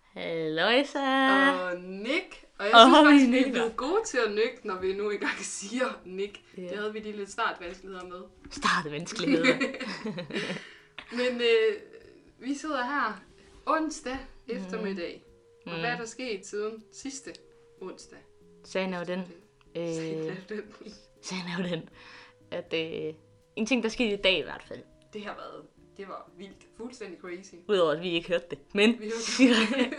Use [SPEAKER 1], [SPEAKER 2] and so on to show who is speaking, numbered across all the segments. [SPEAKER 1] Halløjsa!
[SPEAKER 2] og Nick. Og jeg
[SPEAKER 1] Og
[SPEAKER 2] synes
[SPEAKER 1] vi
[SPEAKER 2] faktisk, vi er
[SPEAKER 1] nikker.
[SPEAKER 2] blevet gode til at nikke, når vi nu engang siger Nick.
[SPEAKER 1] Ja.
[SPEAKER 2] Det havde vi lige lidt startvanskeligheder med.
[SPEAKER 1] Start vanskeligheder.
[SPEAKER 2] Men øh, vi sidder her onsdag
[SPEAKER 1] Mm.
[SPEAKER 2] eftermiddag. Og hvad er der sket siden sidste onsdag?
[SPEAKER 1] Sagen er jo den, øh, sagen er jo den, at øh, en ting, der skete i dag i hvert fald,
[SPEAKER 2] Det har været, det var vildt, fuldstændig crazy.
[SPEAKER 1] udover at vi ikke hørte det, men
[SPEAKER 2] Vi hørte det.
[SPEAKER 1] siren-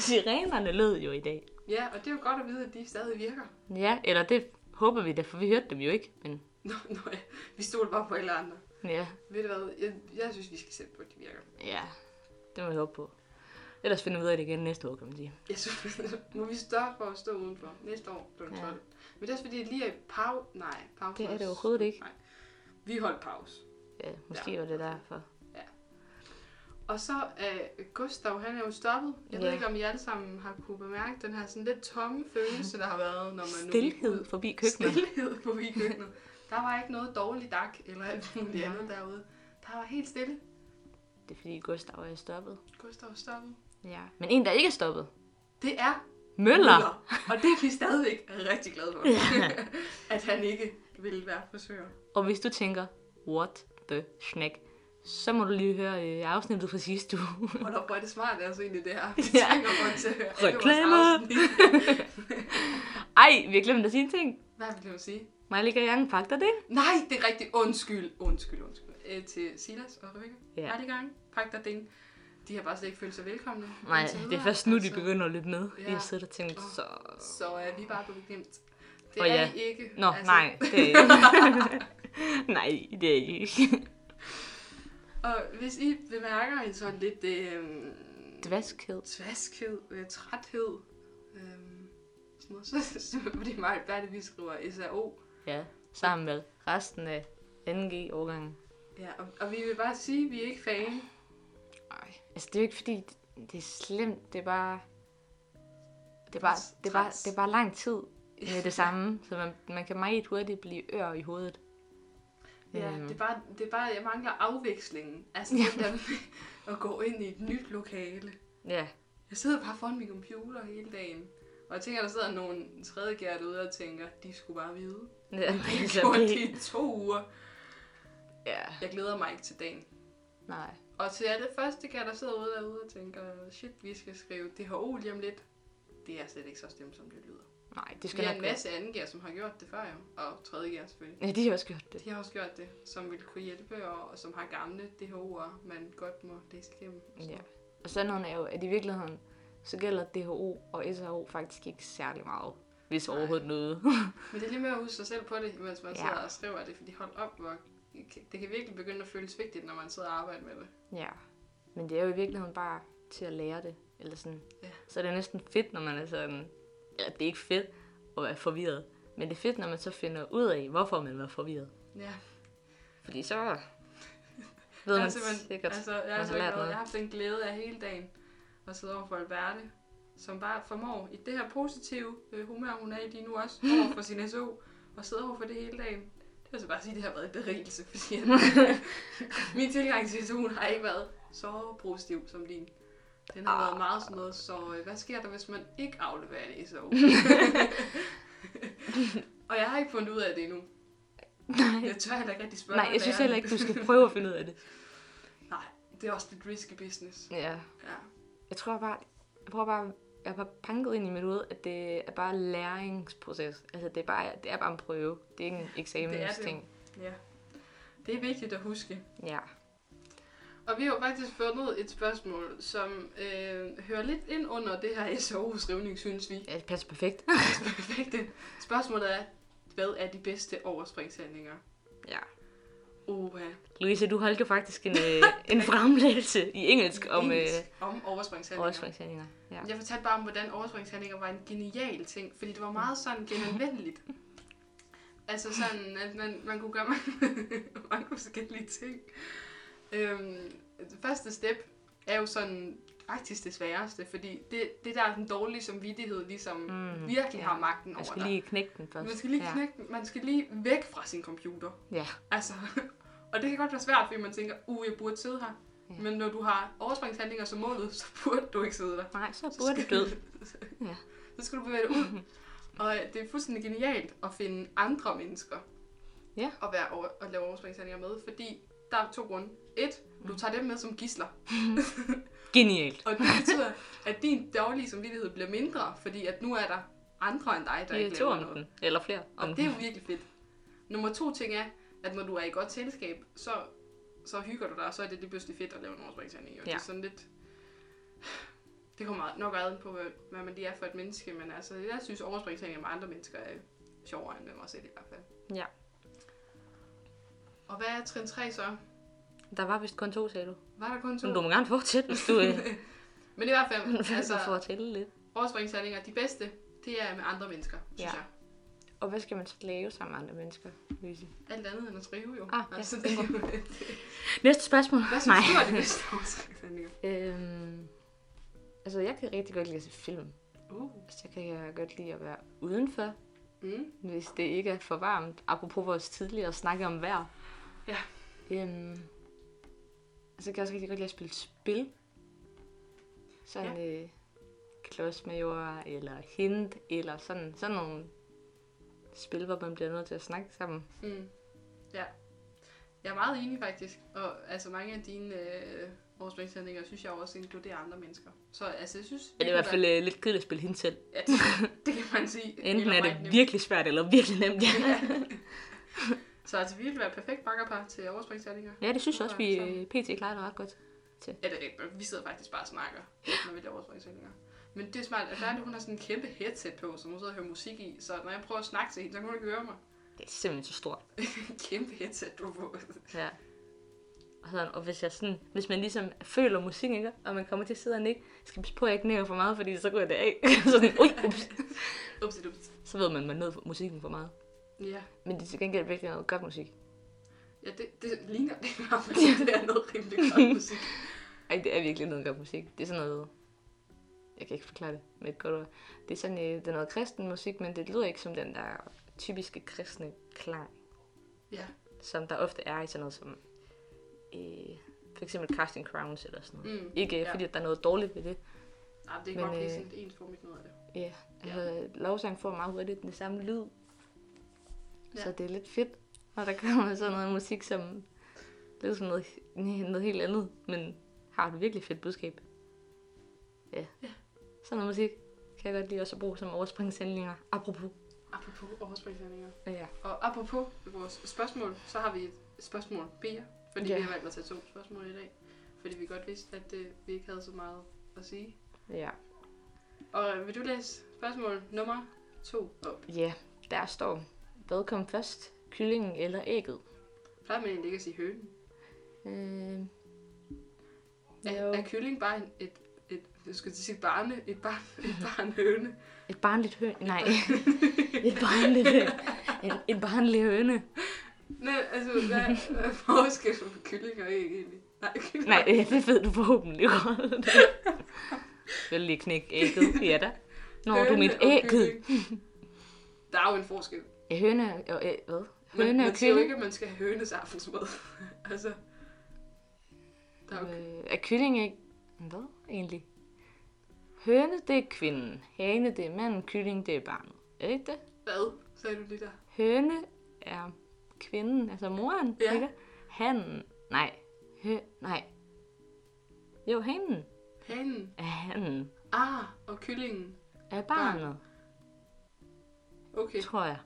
[SPEAKER 1] sirenerne lød jo i dag.
[SPEAKER 2] Ja, og det er jo godt at vide, at de stadig virker.
[SPEAKER 1] Ja, eller det håber vi da, for vi hørte dem jo ikke, men
[SPEAKER 2] Nå, nå ja. Vi stoler bare på alle andre.
[SPEAKER 1] ja,
[SPEAKER 2] Ved du hvad, jeg, jeg synes, vi skal sætte på, at de virker.
[SPEAKER 1] ja, det må vi håbe på. Ellers finder vi ud af det igen næste år, kan man sige.
[SPEAKER 2] Jeg synes, må vi større for at stå udenfor næste år kl. 12.
[SPEAKER 1] Ja.
[SPEAKER 2] Ja. Men det er også fordi, at lige er pau... Nej, pause.
[SPEAKER 1] Det er det
[SPEAKER 2] også-
[SPEAKER 1] overhovedet ikke.
[SPEAKER 2] Nej. Vi holdt pause.
[SPEAKER 1] Ja, måske ja.
[SPEAKER 2] Ja.
[SPEAKER 1] var det derfor.
[SPEAKER 2] Og så er Gustav, han er jo stoppet. Jeg ja.
[SPEAKER 1] Ja.
[SPEAKER 2] ved ikke, om I alle sammen har kunne bemærke den her sådan lidt tomme følelse, der har været, når man nu...
[SPEAKER 1] Stilhed forbi køkkenet.
[SPEAKER 2] Stilhed på i køkkenet. Der var ikke noget dårligt dak eller alt muligt
[SPEAKER 1] Nej.
[SPEAKER 2] andet derude. Der var helt stille.
[SPEAKER 1] Det er fordi Gustav er stoppet.
[SPEAKER 2] Gustav er stoppet.
[SPEAKER 1] Ja. Men en, der ikke er stoppet.
[SPEAKER 2] Det er
[SPEAKER 1] Møller!
[SPEAKER 2] Og det er vi stadigvæk rigtig glade for. at han ikke ville være frisør.
[SPEAKER 1] Og hvis du tænker, what the snack, så må du lige høre øh, afsnittet fra sidste uge.
[SPEAKER 2] Hold op, hvor er det smart, altså egentlig det her. Vi
[SPEAKER 1] Ja.
[SPEAKER 2] tænker rundt til at høre alle vores
[SPEAKER 1] Reklamer.
[SPEAKER 2] afsnit.
[SPEAKER 1] Ej, vi har glemt at sige en ting.
[SPEAKER 2] Hvad vil du sige?
[SPEAKER 1] Mig ligger Young fakter det.
[SPEAKER 2] Nej, det er rigtigt. Undskyld, undskyld, undskyld. Æ, til Silas og Rebecca.
[SPEAKER 1] Ja.
[SPEAKER 2] Hej, de gang. Pak dig ding. De har bare slet ikke følt sig velkomne.
[SPEAKER 1] Nej,
[SPEAKER 2] indtil
[SPEAKER 1] det
[SPEAKER 2] videre.
[SPEAKER 1] er først nu, de
[SPEAKER 2] Altså,
[SPEAKER 1] begynder at lytte med. Ja. Vi
[SPEAKER 2] Ja.
[SPEAKER 1] har siddet og tænkt, så...
[SPEAKER 2] Så er vi bare blevet glemt. Det
[SPEAKER 1] Og
[SPEAKER 2] er
[SPEAKER 1] ja.
[SPEAKER 2] I ikke.
[SPEAKER 1] Nå, altså... nej, det er ikke. nej, det er ikke.
[SPEAKER 2] Og hvis I bemærker en sådan lidt øh,
[SPEAKER 1] Dvaskhed.
[SPEAKER 2] tvaskhed, øh, træthed, øh, sådan noget, så, så er det mig, hvad er det, vi skriver? SAO.
[SPEAKER 1] Ja, sammen med resten af 2G-årgangen.
[SPEAKER 2] Ja, og, og vi vil bare sige, at vi er ikke fan.
[SPEAKER 1] Nej. Altså, det er jo ikke fordi, det er slemt. Det er bare... Det er bare, det er bare, det er bare lang tid med det samme. Så man, man kan meget hurtigt blive ør i hovedet.
[SPEAKER 2] Ja,
[SPEAKER 1] Øhm.
[SPEAKER 2] det er bare, det er bare jeg mangler afvekslingen. Altså det der med at gå ind i et nyt lokale.
[SPEAKER 1] Ja.
[SPEAKER 2] Jeg sidder bare foran min computer hele dagen. Og jeg tænker, der sidder nogle tredjegært ude og tænker, de skulle bare vide.
[SPEAKER 1] Ja,
[SPEAKER 2] Det
[SPEAKER 1] så
[SPEAKER 2] gjorde de
[SPEAKER 1] det-
[SPEAKER 2] i to uger.
[SPEAKER 1] ja.
[SPEAKER 2] Jeg glæder mig ikke til dagen.
[SPEAKER 1] Nej.
[SPEAKER 2] Og til alle første der sidder ude derude og tænker, shit, vi skal skrive DHO lige om lidt. Det er slet ikke så stemt, som det lyder.
[SPEAKER 1] Nej, det
[SPEAKER 2] Vi
[SPEAKER 1] skal
[SPEAKER 2] har
[SPEAKER 1] nok
[SPEAKER 2] en
[SPEAKER 1] gå.
[SPEAKER 2] masse anden gear, som har gjort det før jo. Og tredje gear selvfølgelig.
[SPEAKER 1] Ja, de har også gjort det.
[SPEAKER 2] De har også gjort det, som vil kunne hjælpe, og som har gamle DHO'er, man godt må læse igennem. og sådan
[SPEAKER 1] Ja.
[SPEAKER 2] noget.
[SPEAKER 1] Og sandheden er jo, at i virkeligheden, så gælder DHO og SHO faktisk ikke særlig meget. Hvis
[SPEAKER 2] Nej.
[SPEAKER 1] overhovedet noget.
[SPEAKER 2] Men det er lige med at huske sig selv på det, mens man
[SPEAKER 1] Ja.
[SPEAKER 2] ja. sidder og skriver det, fordi hold op, hvor det kan virkelig begynde at føles vigtigt, når man sidder og arbejder med det.
[SPEAKER 1] ja. Men det er jo i virkeligheden bare til at lære det. Eller sådan.
[SPEAKER 2] Ja.
[SPEAKER 1] Så er det næsten fedt, når man er sådan... Eller det er ikke fedt at være forvirret. Men det er fedt, når man så finder ud af, hvorfor man var forvirret.
[SPEAKER 2] Ja,
[SPEAKER 1] Fordi så ved
[SPEAKER 2] jeg
[SPEAKER 1] man
[SPEAKER 2] har simpelthen-
[SPEAKER 1] sikkert.
[SPEAKER 2] altså, jeg,
[SPEAKER 1] har
[SPEAKER 2] har simpelthen
[SPEAKER 1] lært
[SPEAKER 2] været-
[SPEAKER 1] noget.
[SPEAKER 2] jeg har haft en glæde af hele dagen at sidde over for Alberte, som bare formår i det her positive øh, humør, hun er i lige nu også, over for sin SO, og sidde over for det hele dagen. Det vil så bare sige, at det har været en berigelse, fordi at min tilgang til SO'en har ikke været så positiv som din. Den har
[SPEAKER 1] Ah.
[SPEAKER 2] været meget sådan noget, så øh, hvad sker der, hvis man ikke afleverer en SO? og jeg har ikke fundet ud af det endnu.
[SPEAKER 1] Nej.
[SPEAKER 2] Jeg tør heller ikke rigtig spørge
[SPEAKER 1] Nej, jeg synes
[SPEAKER 2] læreren.
[SPEAKER 1] heller ikke, du skal prøve at finde ud af det.
[SPEAKER 2] Nej, det er også lidt risky business.
[SPEAKER 1] Ja.
[SPEAKER 2] Ja.
[SPEAKER 1] Jeg tror bare, jeg prøver bare, jeg har bare panket ind i mit hoved, at det er bare læringsproces. Altså, det er bare, det er bare en prøve. Det er ikke en eksamensting.
[SPEAKER 2] Ja, det er vigtigt at huske.
[SPEAKER 1] Ja.
[SPEAKER 2] Og vi har jo faktisk fundet et spørgsmål, som øh, hører lidt ind under det her SOU-skrivning, synes vi.
[SPEAKER 1] ja, det passer perfekt.
[SPEAKER 2] Perfekte. Spørgsmålet er, hvad er de bedste overspringshandlinger?
[SPEAKER 1] ja.
[SPEAKER 2] Oha.
[SPEAKER 1] Louise, du holdt jo faktisk en, øh, en fremlæggelse i engelsk om øh,
[SPEAKER 2] Engelsk om overspringshandlinger.
[SPEAKER 1] overspringshandlinger. Ja.
[SPEAKER 2] Jeg fortalte bare om, hvordan overspringshandlinger var en genial ting, fordi det var meget sådan genanvendeligt. Altså sådan, at man, man kunne gøre mange forskellige ting. Øhm, det første step er jo sådan faktisk det sværeste, fordi det, det der er den dårlige samvittighed ligesom
[SPEAKER 1] Mm,
[SPEAKER 2] mm, virkelig
[SPEAKER 1] ja.
[SPEAKER 2] har magten over
[SPEAKER 1] Man skal
[SPEAKER 2] dig.
[SPEAKER 1] lige knække den først.
[SPEAKER 2] Man skal lige knække, den. man skal lige væk fra sin computer.
[SPEAKER 1] Ja. ja.
[SPEAKER 2] Altså, og det kan godt være svært, fordi man tænker, uh, jeg burde sidde her.
[SPEAKER 1] Ja.
[SPEAKER 2] Men når du har overspringshandlinger som målet, så burde du ikke sidde der.
[SPEAKER 1] Nej, så
[SPEAKER 2] Så
[SPEAKER 1] burde du
[SPEAKER 2] skal-
[SPEAKER 1] død. Ja.
[SPEAKER 2] så skal du bevæge dig ud. Og øh, det er fuldstændig genialt at finde andre mennesker
[SPEAKER 1] Ja.
[SPEAKER 2] at, være over, at lave overspringshandlinger med, fordi der er to grunde. Et,
[SPEAKER 1] Mm.
[SPEAKER 2] du tager dem med som gisler,
[SPEAKER 1] Genialt.
[SPEAKER 2] og det betyder, at din dårlige samvittighed bliver mindre, fordi at nu er der andre end dig, der
[SPEAKER 1] Vi er
[SPEAKER 2] ikke
[SPEAKER 1] to
[SPEAKER 2] laver
[SPEAKER 1] om
[SPEAKER 2] noget.
[SPEAKER 1] den. Eller flere om
[SPEAKER 2] Og det er
[SPEAKER 1] den.
[SPEAKER 2] jo virkelig fedt. Nummer to ting er, at når du er i godt selskab, så, så hygger du dig, og så er det lige pludselig fedt at lave en overspringshandling. Ja. Det
[SPEAKER 1] Ja.
[SPEAKER 2] er sådan lidt... Det kommer meget- nok an på, hvad- hvad man lige er for et menneske, men altså, jeg synes, overspringshandlinger med andre mennesker er sjovere end med mig selv i hvert fald.
[SPEAKER 1] Ja.
[SPEAKER 2] Og hvad er trin 3 så?
[SPEAKER 1] Der var vist kun to, sagde du.
[SPEAKER 2] Var der kun to?
[SPEAKER 1] Men du må gerne fortsætte, hvis du øh,
[SPEAKER 2] Men i hvert fald,
[SPEAKER 1] altså...
[SPEAKER 2] altså,
[SPEAKER 1] får til lidt.
[SPEAKER 2] overspringshandlinger, de bedste, det er med andre mennesker, synes
[SPEAKER 1] Ja.
[SPEAKER 2] jeg.
[SPEAKER 1] Og hvad skal man så lave sammen med andre mennesker, Louise?
[SPEAKER 2] Alt andet end at skrive jo.
[SPEAKER 1] Ah, ja,
[SPEAKER 2] altså, det er jo
[SPEAKER 1] Næste spørgsmål.
[SPEAKER 2] Hvad synes du er de bedste overspringshandlinger?
[SPEAKER 1] Øhm, altså, jeg kan rigtig godt lide at se film.
[SPEAKER 2] Uh.
[SPEAKER 1] Altså, jeg kan jeg godt lide at være udenfor,
[SPEAKER 2] Mm.
[SPEAKER 1] hvis det ikke er for varmt. Apropos vores tidligere snakke om vejr.
[SPEAKER 2] Ja.
[SPEAKER 1] Øhm, altså, jeg kan også rigtig godt lide at spille spil. Sådan ja. øh, klodsmajor, eller hint, eller sådan, sådan nogle spil, hvor man bliver nødt til at snakke sammen.
[SPEAKER 2] Mm. Ja. Jeg er meget enig faktisk, og altså mange af dine øh, overspringshandlinger synes jeg også inkluderer andre mennesker. Så altså, jeg synes...
[SPEAKER 1] Ja, det er i hvert fald øh, lidt kedeligt at spille hende selv.
[SPEAKER 2] Ja, det, det kan man sige.
[SPEAKER 1] Enten
[SPEAKER 2] Eller
[SPEAKER 1] er
[SPEAKER 2] meget
[SPEAKER 1] det
[SPEAKER 2] nemt.
[SPEAKER 1] virkelig svært, eller virkelig nemt. Ja,
[SPEAKER 2] Så altså, vi ville være perfekt bakkerpar til overspringshandlinger.
[SPEAKER 1] ja det synes jeg også, vi
[SPEAKER 2] Sådan.
[SPEAKER 1] øh, pt. klarer det ret godt.
[SPEAKER 2] Ja, det, er- øh, vi sidder faktisk bare og snakker, når vi laver overspringshandlinger. Men det er smart, at Verle, hun har sådan en kæmpe headset på, som hun sidder og hører musik i. Så når jeg prøver at snakke til hende, så kan hun ikke høre mig.
[SPEAKER 1] Det er simpelthen så stort.
[SPEAKER 2] kæmpe headset, du har på.
[SPEAKER 1] Ja. Og, sådan, og hvis, jeg sådan, hvis man ligesom føler musik, ikke? og man kommer til at sidde og nikke, skal passe på, at jeg ikke nikker for meget, fordi så går det af. sådan, ui, ups.
[SPEAKER 2] Upsi, upsi.
[SPEAKER 1] Så ved man, at man nød musikken for meget.
[SPEAKER 2] Ja.
[SPEAKER 1] Men det er til gengæld virkelig noget godt musik.
[SPEAKER 2] Ja, det, det ligner det, i hvert fald, det er noget rimelig godt musik.
[SPEAKER 1] Ej, det er virkelig noget godt musik. Det er sådan noget... Jeg kan ikke forklare det med et godt ord. Det er sådan, øh, det er noget kristen musik, men det lyder ikke som den der typiske kristne klang.
[SPEAKER 2] Ja.
[SPEAKER 1] som der ofte er i sådan noget som øh, for eksempel Casting Crowns eller sådan noget.
[SPEAKER 2] Mm.
[SPEAKER 1] Mm. Ikke
[SPEAKER 2] ja.
[SPEAKER 1] ja. fordi, at der er noget dårligt ved det.
[SPEAKER 2] Nej, det kan
[SPEAKER 1] Men,
[SPEAKER 2] godt blive
[SPEAKER 1] øh,
[SPEAKER 2] sådan et ensformigt noget af det.
[SPEAKER 1] Ja, altså lovsang får meget hurtigt den samme lyd.
[SPEAKER 2] Ja.
[SPEAKER 1] Ja. Så det er lidt fedt, når der kommer sådan noget musik, som lyder som noget, noget helt andet, men har et virkelig fedt budskab. Ja.
[SPEAKER 2] Ja.
[SPEAKER 1] Sådan noget musik kan jeg godt lide også at bruge som overspringshandlinger. Apropos.
[SPEAKER 2] Apropos overspringshandlinger.
[SPEAKER 1] Ja.
[SPEAKER 2] Og apropos vores spørgsmål, så har vi et spørgsmål B, fordi
[SPEAKER 1] Ja.
[SPEAKER 2] vi har valgt at tage to spørgsmål i dag. Fordi vi godt vidste, at øh, vi ikke havde så meget at sige.
[SPEAKER 1] Ja.
[SPEAKER 2] Og øh, vil du læse spørgsmål nummer to op?
[SPEAKER 1] Ja, der står, hvad kom først, kyllingen eller ægget?
[SPEAKER 2] Plejer man egentlig ikke at sige hønen?
[SPEAKER 1] Øh,
[SPEAKER 2] Er,
[SPEAKER 1] jo.
[SPEAKER 2] er kylling bare en, et, et, jeg skulle til at sige barne, et barn, et barn høne?
[SPEAKER 1] Et barnligt høn. Nej. et barnligt høn. En, en barnlig høne.
[SPEAKER 2] Nej, altså, hvad, hvad er forskellen på kylling og æg egentlig? Nej, kylling.
[SPEAKER 1] Nej, øh, det ved du forhåbentlig godt. Vil lige knække ægget. Ja da. Når du
[SPEAKER 2] Høne
[SPEAKER 1] mit
[SPEAKER 2] og
[SPEAKER 1] ægget.
[SPEAKER 2] kylling. Der er jo en forskel.
[SPEAKER 1] Ja, høne og æg, hvad?
[SPEAKER 2] Men
[SPEAKER 1] Høne
[SPEAKER 2] man
[SPEAKER 1] og
[SPEAKER 2] siger jo
[SPEAKER 1] kylling.
[SPEAKER 2] ikke, at man skal have hønes aftensmad. altså, der er jo
[SPEAKER 1] Øh, er kylling ikke... Hvad egentlig? Høne, det er kvinden. Hane, det er manden. Kylling, det er barnet. Er det ikke det?
[SPEAKER 2] hvad, sagde du lige der.
[SPEAKER 1] Høne er kvinden, altså moren,
[SPEAKER 2] Ja.
[SPEAKER 1] ja. ikke? Hanen. Nej. Hø... Nej. Jo, hanen
[SPEAKER 2] Hanen.
[SPEAKER 1] er hanen.
[SPEAKER 2] Ah, og kyllingen.
[SPEAKER 1] af barnet,
[SPEAKER 2] Okay,
[SPEAKER 1] tror jeg.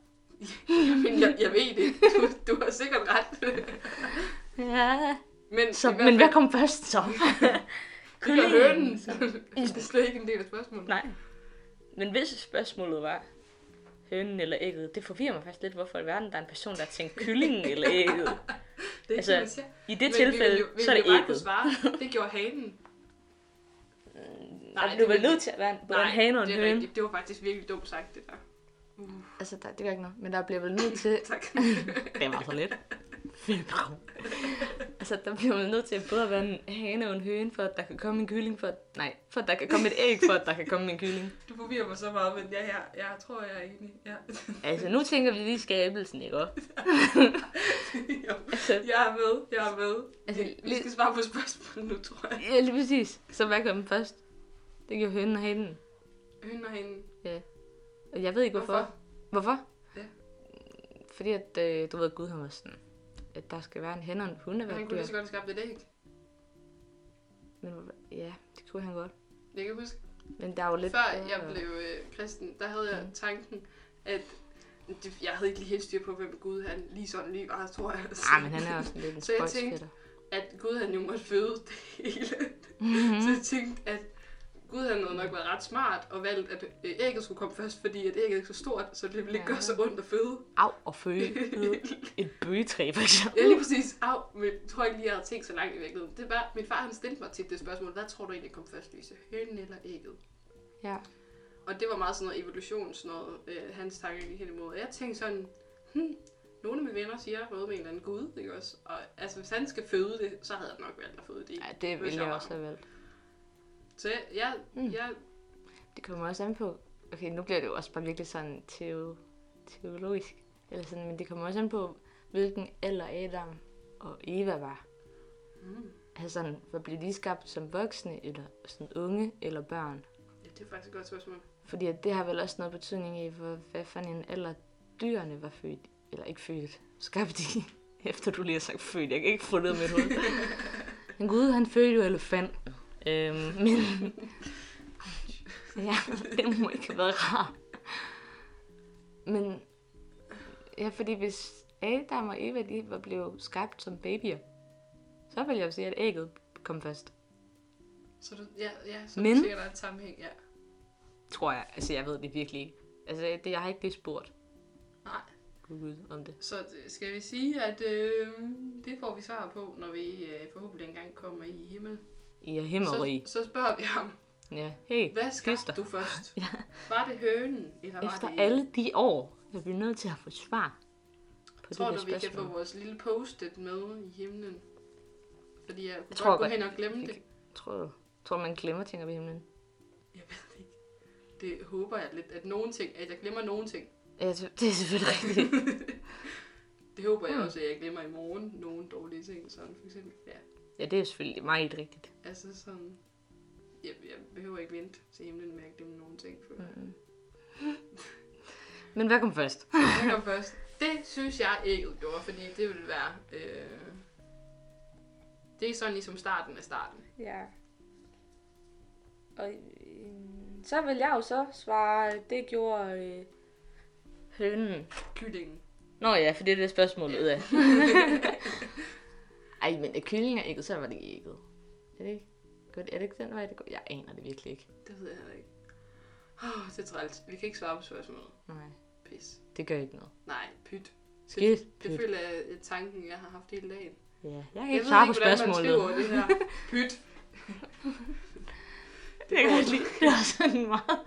[SPEAKER 2] men jeg, jeg ved det. Du, du har sikkert ret.
[SPEAKER 1] Ja.
[SPEAKER 2] men
[SPEAKER 1] Så,
[SPEAKER 2] i hvert
[SPEAKER 1] men hvad
[SPEAKER 2] fald,
[SPEAKER 1] kom først så?
[SPEAKER 2] det gør hønen. det er slet ikke en del af spørgsmålet.
[SPEAKER 1] Nej. Men hvis spørgsmålet var hønen eller ægget, det forvirrer mig faktisk lidt, hvorfor i verden der er en person, der har tænkt kyllingen eller ægget.
[SPEAKER 2] det
[SPEAKER 1] altså,
[SPEAKER 2] er ikke, det, man siger.
[SPEAKER 1] I det
[SPEAKER 2] Men
[SPEAKER 1] tilfælde,
[SPEAKER 2] vi vil jo, vi
[SPEAKER 1] så er det
[SPEAKER 2] vil jo bare kunne
[SPEAKER 1] ægget.
[SPEAKER 2] svare. Det gjorde hanen.
[SPEAKER 1] Nej,
[SPEAKER 2] det
[SPEAKER 1] du er vel
[SPEAKER 2] vil-
[SPEAKER 1] nødt til at være en, både en hane og en
[SPEAKER 2] det er
[SPEAKER 1] høne.
[SPEAKER 2] rigtigt. Det var faktisk virkelig dumt sagt, det der.
[SPEAKER 1] Altså, der, det gør ikke noget, men der bliver vel nødt til...
[SPEAKER 2] Tak.
[SPEAKER 1] det var så lidt. Altså, der bliver man nødt til både at være en hane og en høne, for at der kan komme en kylling, for at, nej, for at der kan komme et æg, for at der kan komme en kylling.
[SPEAKER 2] Du forvirrer mig så meget, men ja, jeg, jeg tror, jeg er enig. Ja.
[SPEAKER 1] Altså, nu tænker vi lige skabelsen, ikke også?
[SPEAKER 2] jo.
[SPEAKER 1] Altså,
[SPEAKER 2] Jeg er med, jeg er med.
[SPEAKER 1] Altså,
[SPEAKER 2] Altså, vi
[SPEAKER 1] lidt-
[SPEAKER 2] skal svare på spørgsmålet nu, tror jeg.
[SPEAKER 1] ja, lige præcis. Så hvad kom først? Det gjorde hønen og hanen.
[SPEAKER 2] Høn og hende.
[SPEAKER 1] Og jeg ved ikke, hvorfor.
[SPEAKER 2] Hvorfor?
[SPEAKER 1] Hvorfor?
[SPEAKER 2] Ja.
[SPEAKER 1] Fordi at, øh, du ved, Gud har været sådan, at der skal være en hænder og en hunde,
[SPEAKER 2] Han kunne lige så godt have skabt et æg.
[SPEAKER 1] Men hvor- ja, det kunne han godt.
[SPEAKER 2] Jeg kan huske,
[SPEAKER 1] Men der er jo lidt...
[SPEAKER 2] Før
[SPEAKER 1] bedre-
[SPEAKER 2] jeg blev øh, kristen, der havde jeg
[SPEAKER 1] Mm.
[SPEAKER 2] tanken, at det, jeg havde ikke lige helt styr på, hvem Gud han lige sådan lige var, tror jeg. Så,
[SPEAKER 1] Ah, men han er også lidt en
[SPEAKER 2] Så jeg
[SPEAKER 1] spøjsfætter.
[SPEAKER 2] At Gud han jo måtte føde det hele.
[SPEAKER 1] Mhm.
[SPEAKER 2] Så jeg tænkte, at Gud han havde nok været ret smart og valgt, at øh, ægget skulle komme først, fordi at ægget er så stort, så det ville ikke
[SPEAKER 1] Ja.
[SPEAKER 2] gøre så ondt at føde.
[SPEAKER 1] Au og føde et bøgetræ, for eksempel.
[SPEAKER 2] Ja, lige præcis. Au, men jeg tror ikke lige, jeg havde tænkt så langt i virkeligheden. Det var, min far han stillede mig tit det spørgsmål, hvad tror du egentlig kom først, Lise? Hønen eller ægget?
[SPEAKER 1] Ja.
[SPEAKER 2] Og det var meget sådan noget evolution, sådan noget, øh, hans tanker gik hen imod. Og jeg tænkte sådan, hmm, nogle af mine venner siger noget med en eller anden gud, ikke også? Og altså, hvis han skal føde det, så havde jeg nok valgt at føde det.
[SPEAKER 1] ja, det ville
[SPEAKER 2] jeg
[SPEAKER 1] jeg
[SPEAKER 2] var
[SPEAKER 1] også have valgt.
[SPEAKER 2] Så jeg, jeg,
[SPEAKER 1] Mm.
[SPEAKER 2] jeg
[SPEAKER 1] Det kommer også an på... Okay, nu bliver det jo også bare virkelig sådan teo... teologisk. Eller sådan, men det kommer også an på, hvilken alder Adam og Eva var.
[SPEAKER 2] mm,
[SPEAKER 1] Altså sådan, hvor blev de skabt som voksne, eller sådan unge, eller børn?
[SPEAKER 2] ja, det er faktisk et godt spørgsmål.
[SPEAKER 1] Fordi at det har vel også noget betydning i, hvor, hvad for en alder dyrene var født, eller ikke født, skabt i. Efter du lige har sagt født, jeg kan ikke få det ud af mit hoved. Men Gud, han fødte jo elefanten. Øhm, men... ja, det må ikke have været rart. Men... Ja, fordi hvis Adam og Eva, de var blevet skabt som babyer, så vil jeg jo sige, at ægget kom først.
[SPEAKER 2] Så du, ja, ja, så
[SPEAKER 1] Men-
[SPEAKER 2] men? sikkert der er en sammenhæng, ja.
[SPEAKER 1] Tror jeg. Altså, jeg ved det virkelig ikke. Altså, det, jeg har ikke lige spurgt
[SPEAKER 2] Nej,
[SPEAKER 1] Gud om det.
[SPEAKER 2] så skal vi sige, at øh, det får vi svar på, når vi øh, forhåbentlig engang kommer i himmel.
[SPEAKER 1] I er
[SPEAKER 2] Så,
[SPEAKER 1] himmelrig.
[SPEAKER 2] så spørger vi ham,
[SPEAKER 1] Ja, hey.
[SPEAKER 2] hvad skabte
[SPEAKER 1] Kyster.
[SPEAKER 2] du først?
[SPEAKER 1] Ja.
[SPEAKER 2] Var det hønen, eller var
[SPEAKER 1] Efter
[SPEAKER 2] det ægget?
[SPEAKER 1] alle de år, er vi nødt til at få svar på
[SPEAKER 2] Tror
[SPEAKER 1] det der
[SPEAKER 2] du, vi kan få
[SPEAKER 1] spørgsmål.
[SPEAKER 2] vores lille post-it med i himlen? Fordi jeg, jeg
[SPEAKER 1] tror
[SPEAKER 2] tror godt
[SPEAKER 1] godt,
[SPEAKER 2] gå hen og glemme
[SPEAKER 1] vi
[SPEAKER 2] det.
[SPEAKER 1] kan- Tror, tror man glemmer ting op i himlen?
[SPEAKER 2] Jeg ved det ikke. Det håber jeg lidt, at nogen ting, at jeg glemmer nogen ting.
[SPEAKER 1] Ja, det det er selvfølgelig rigtigt.
[SPEAKER 2] Det håber jeg
[SPEAKER 1] Mm.
[SPEAKER 2] også, at jeg glemmer i morgen nogle dårlige ting, sådan for eksempel. Ja,
[SPEAKER 1] Ja, det er selvfølgelig meget rigtigt.
[SPEAKER 2] altså sådan... Jeg, jeg behøver ikke vente til himlen med at glemme nogen ting. For
[SPEAKER 1] Mm. Men hvad kom først?
[SPEAKER 2] jeg kom først. Det synes jeg ægget gjorde, fordi det ville være... Øh, det er sådan ligesom starten af starten.
[SPEAKER 1] Ja. Og øhm, så vil jeg jo så svare, det gjorde øh... hønen.
[SPEAKER 2] Kyllingen.
[SPEAKER 1] Nå ja, for det er det spørgsmål ud af. Ej, men er kyllingen er ægget, så var det ikke ægget. Er det ikke? Godt, er det ikke den vej, det går? Jeg aner det virkelig ikke.
[SPEAKER 2] Det ved jeg heller ikke. Oh, det er træls. Vi kan ikke svare på spørgsmålet.
[SPEAKER 1] Nej,
[SPEAKER 2] Pis.
[SPEAKER 1] det gør ikke noget.
[SPEAKER 2] Nej, pyt.
[SPEAKER 1] Skidt.
[SPEAKER 2] Det
[SPEAKER 1] pyt.
[SPEAKER 2] føler jeg er tanken, jeg har haft hele dagen.
[SPEAKER 1] Ja, jeg kan
[SPEAKER 2] Jeg
[SPEAKER 1] ikke
[SPEAKER 2] ved
[SPEAKER 1] svare på
[SPEAKER 2] ikke, hvordan man
[SPEAKER 1] spørgsmålet.
[SPEAKER 2] skriver det her. Pyt.
[SPEAKER 1] Det kan jeg godt lide. Det er sådan en meget,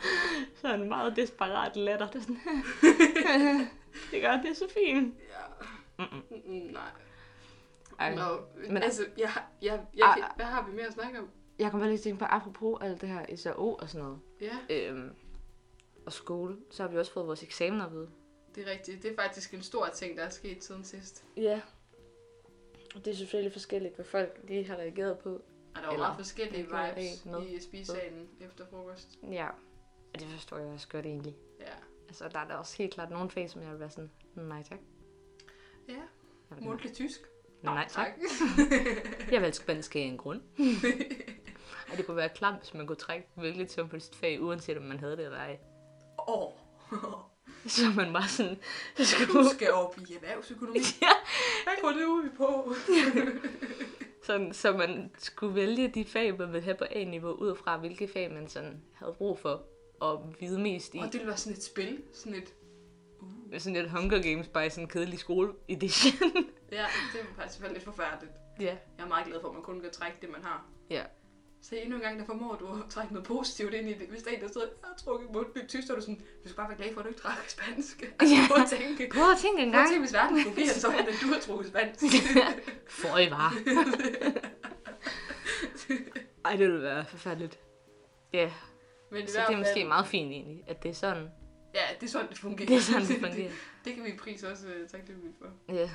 [SPEAKER 1] sådan en meget desperat latter. Det, er sådan, det gør, det er så fint.
[SPEAKER 2] Ja.
[SPEAKER 1] Mm-mm.
[SPEAKER 2] Mm, Nej.
[SPEAKER 1] Ej,
[SPEAKER 2] Nå,
[SPEAKER 1] men-
[SPEAKER 2] men altså, jeg, jeg, jeg,
[SPEAKER 1] Ah, ah.
[SPEAKER 2] kan, hvad har vi mere at snakke om?
[SPEAKER 1] Jeg kom bare lige til at tænke på, apropos alt det her SRO og sådan noget.
[SPEAKER 2] Ja,
[SPEAKER 1] Øhm, og skole, så har vi også fået vores eksamener ved.
[SPEAKER 2] det er rigtigt. Det er faktisk en stor ting, der er sket siden sidst.
[SPEAKER 1] Ja. Og det er selvfølgelig forskelligt, hvad folk lige har reageret på.
[SPEAKER 2] Og der var
[SPEAKER 1] Eller-
[SPEAKER 2] meget forskellige
[SPEAKER 1] Det kan jeg
[SPEAKER 2] vibes
[SPEAKER 1] ikke med.
[SPEAKER 2] i spisesalen efter frokost.
[SPEAKER 1] Ja, og det forstår jeg også godt egentlig.
[SPEAKER 2] Ja.
[SPEAKER 1] Altså, der er da også helt klart nogle fag, som jeg vil være sådan, nej tak.
[SPEAKER 2] Ja,
[SPEAKER 1] Jeg vil,
[SPEAKER 2] mundtligt tysk.
[SPEAKER 1] nej tak. Jeg valgte spansk af en grund. Ej, det kunne være klamt, hvis man kunne trække virkelig til på sit fag, uanset om man havde det eller ej.
[SPEAKER 2] Åh,
[SPEAKER 1] Så man var sådan, så
[SPEAKER 2] du
[SPEAKER 1] skulle
[SPEAKER 2] skal op i erhvervsøkonomi.
[SPEAKER 1] ja,
[SPEAKER 2] Hvad går det ud på?
[SPEAKER 1] sådan, så man skulle vælge de fag, man ville have på A-niveau, ud fra hvilke fag, man sådan havde brug for og vide mest i.
[SPEAKER 2] Og det ville være sådan et spil, sådan et... Uh.
[SPEAKER 1] Det... Sådan lidt Hunger Games bare i sådan en kedelig skole-edition.
[SPEAKER 2] Ja, det var faktisk være lidt forfærdeligt.
[SPEAKER 1] ja.
[SPEAKER 2] Jeg er meget glad for, at man kun kan trække det, man har.
[SPEAKER 1] Ja.
[SPEAKER 2] Så endnu en gang, der formår du at trække noget positivt ind i det. Hvis der er en, der sidder, jeg har trukket mundbind tysk, så er du sådan, du skal bare være glad for, at du ikke drak spansk. Altså,
[SPEAKER 1] Ja.
[SPEAKER 2] prøv at tænke.
[SPEAKER 1] Prøv at tænke
[SPEAKER 2] Prøv at
[SPEAKER 1] engang.
[SPEAKER 2] tænke, hvis verden fungerer sådan, at du har trukket spansk.
[SPEAKER 1] Føj, var. Ej, det ville være forfærdeligt. Ja, yeah,
[SPEAKER 2] Men i
[SPEAKER 1] så
[SPEAKER 2] hvert
[SPEAKER 1] det er
[SPEAKER 2] fald,
[SPEAKER 1] måske meget fint egentlig, at det er sådan,
[SPEAKER 2] Ja, det er sådan, det fungerer.
[SPEAKER 1] det, er sådan, det fungerer.
[SPEAKER 2] det, det kan vi prise også uh, taknemmelige for.
[SPEAKER 1] Ja,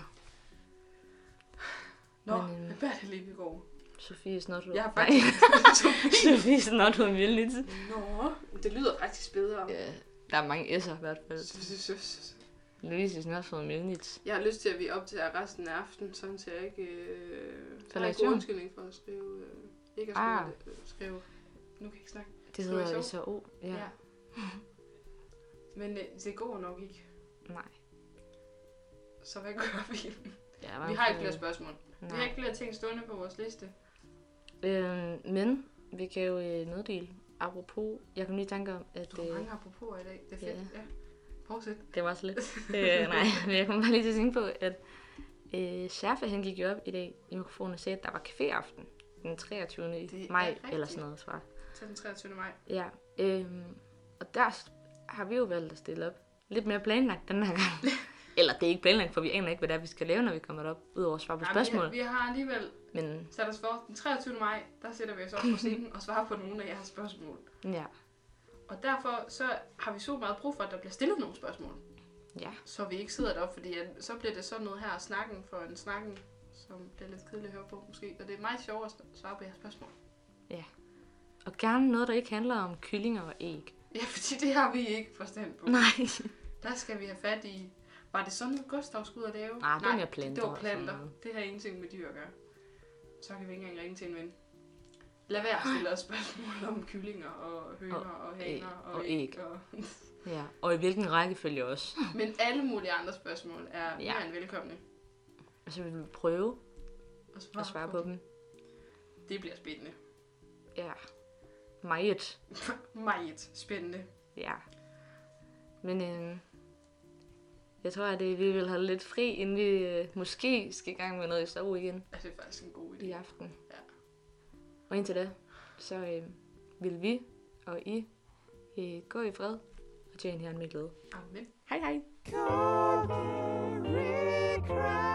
[SPEAKER 2] Nå,
[SPEAKER 1] Men, øh,
[SPEAKER 2] hvad er det lige i går?
[SPEAKER 1] Sofie Snotrud.
[SPEAKER 2] Jeg har
[SPEAKER 1] Nej,
[SPEAKER 2] faktisk...
[SPEAKER 1] Sofie Snotrud Mjølnitz.
[SPEAKER 2] Nå, det lyder faktisk bedre.
[SPEAKER 1] Ja, der er mange s'er i hvert fald. Louise Snotrud Mjølnitz.
[SPEAKER 2] Jeg har lyst til, at vi optager resten af aftenen, sådan så jeg ikke... Øh, så
[SPEAKER 1] Falder i
[SPEAKER 2] har jeg en
[SPEAKER 1] søvn?
[SPEAKER 2] god undskyldning for at skrive... Øh, ikke at skrive,
[SPEAKER 1] Ah.
[SPEAKER 2] øh, skrive... Nu kan jeg ikke snakke.
[SPEAKER 1] Det
[SPEAKER 2] Skal vi
[SPEAKER 1] hedder
[SPEAKER 2] så?
[SPEAKER 1] så O. Ja. ja.
[SPEAKER 2] Men øh, det går nok ikke.
[SPEAKER 1] Nej.
[SPEAKER 2] Så hvad gør vi?
[SPEAKER 1] Ja, der var
[SPEAKER 2] Vi
[SPEAKER 1] en
[SPEAKER 2] har ikke
[SPEAKER 1] plan.
[SPEAKER 2] flere spørgsmål. Vi har
[SPEAKER 1] Nej.
[SPEAKER 2] ikke flere ting stående på vores liste.
[SPEAKER 1] Øhm, men vi kan jo øh, meddele, apropos, jeg kom lige i tanke om, at
[SPEAKER 2] Du
[SPEAKER 1] øh,
[SPEAKER 2] har mange apropos i dag. Det er fedt. Ja. Fortsæt.
[SPEAKER 1] det var så lidt. øh, nej, men jeg kom bare lige til at tænke på, at øh, Sherpa, han gik jo op i dag i mikrofonen og sagde, at der var caféaften den 23.
[SPEAKER 2] Det er
[SPEAKER 1] maj,
[SPEAKER 2] rigtigt.
[SPEAKER 1] eller sådan noget, tror jeg.
[SPEAKER 2] Til den 23. maj.
[SPEAKER 1] Ja, øhm, og der s- har vi jo valgt at stille op. Lidt mere planlagt den her gang. Eller det er ikke planlagt, for vi aner ikke, hvad det er, vi skal lave, når vi kommer op, udover at svare på
[SPEAKER 2] Ej,
[SPEAKER 1] spørgsmål.
[SPEAKER 2] Vi, vi har alligevel
[SPEAKER 1] Men
[SPEAKER 2] sat os for den 23. maj. Der sætter vi os op på scenen og svarer på nogle af jeres spørgsmål.
[SPEAKER 1] ja,
[SPEAKER 2] Og derfor så har vi så meget brug for, at der bliver stillet nogle spørgsmål.
[SPEAKER 1] ja,
[SPEAKER 2] Så vi ikke sidder deroppe, fordi at, så bliver det sådan noget her snakken for en snakken, som bliver lidt kedelig at høre på måske. Og det er meget sjovere at s- svare på jeres spørgsmål.
[SPEAKER 1] og gerne noget, der ikke handler om kyllinger og æg.
[SPEAKER 2] Ja, fordi det har vi ikke forstand på.
[SPEAKER 1] Nej.
[SPEAKER 2] Der skal vi have fat i... Var det sådan noget, Gustav skulle ud og lave?
[SPEAKER 1] Nej, Ah, det var mere planter
[SPEAKER 2] Det var
[SPEAKER 1] og sådan
[SPEAKER 2] planter.
[SPEAKER 1] noget.
[SPEAKER 2] Det har ingenting med dyr at gøre. Så kan vi ikke engang ringe til en ven. Lad være at stille os spørgsmål om kyllinger og høner og, og
[SPEAKER 1] æg-
[SPEAKER 2] haner
[SPEAKER 1] og æg.
[SPEAKER 2] Og...
[SPEAKER 1] Ja, og i hvilken rækkefølge også.
[SPEAKER 2] Men alle mulige andre spørgsmål er
[SPEAKER 1] Ja.
[SPEAKER 2] ja. mere end velkomne
[SPEAKER 1] Og så vil Altså, vi prøve
[SPEAKER 2] at svare,
[SPEAKER 1] at svare på dem.
[SPEAKER 2] Det bliver spændende.
[SPEAKER 1] Ja, meget.
[SPEAKER 2] Meget spændende.
[SPEAKER 1] Ja. Men øh, jeg tror, at øh, vi vil holde lidt fri, inden vi øh, måske skal i gang med noget i sove igen.
[SPEAKER 2] Ja, det er faktisk en god idé.
[SPEAKER 1] i aften.
[SPEAKER 2] Ja.
[SPEAKER 1] Og indtil da, så øh, vil vi og I øh, gå i fred og tjene herren med glæde.
[SPEAKER 2] Amen.
[SPEAKER 1] Hej hej!
[SPEAKER 3] Cookie Cry.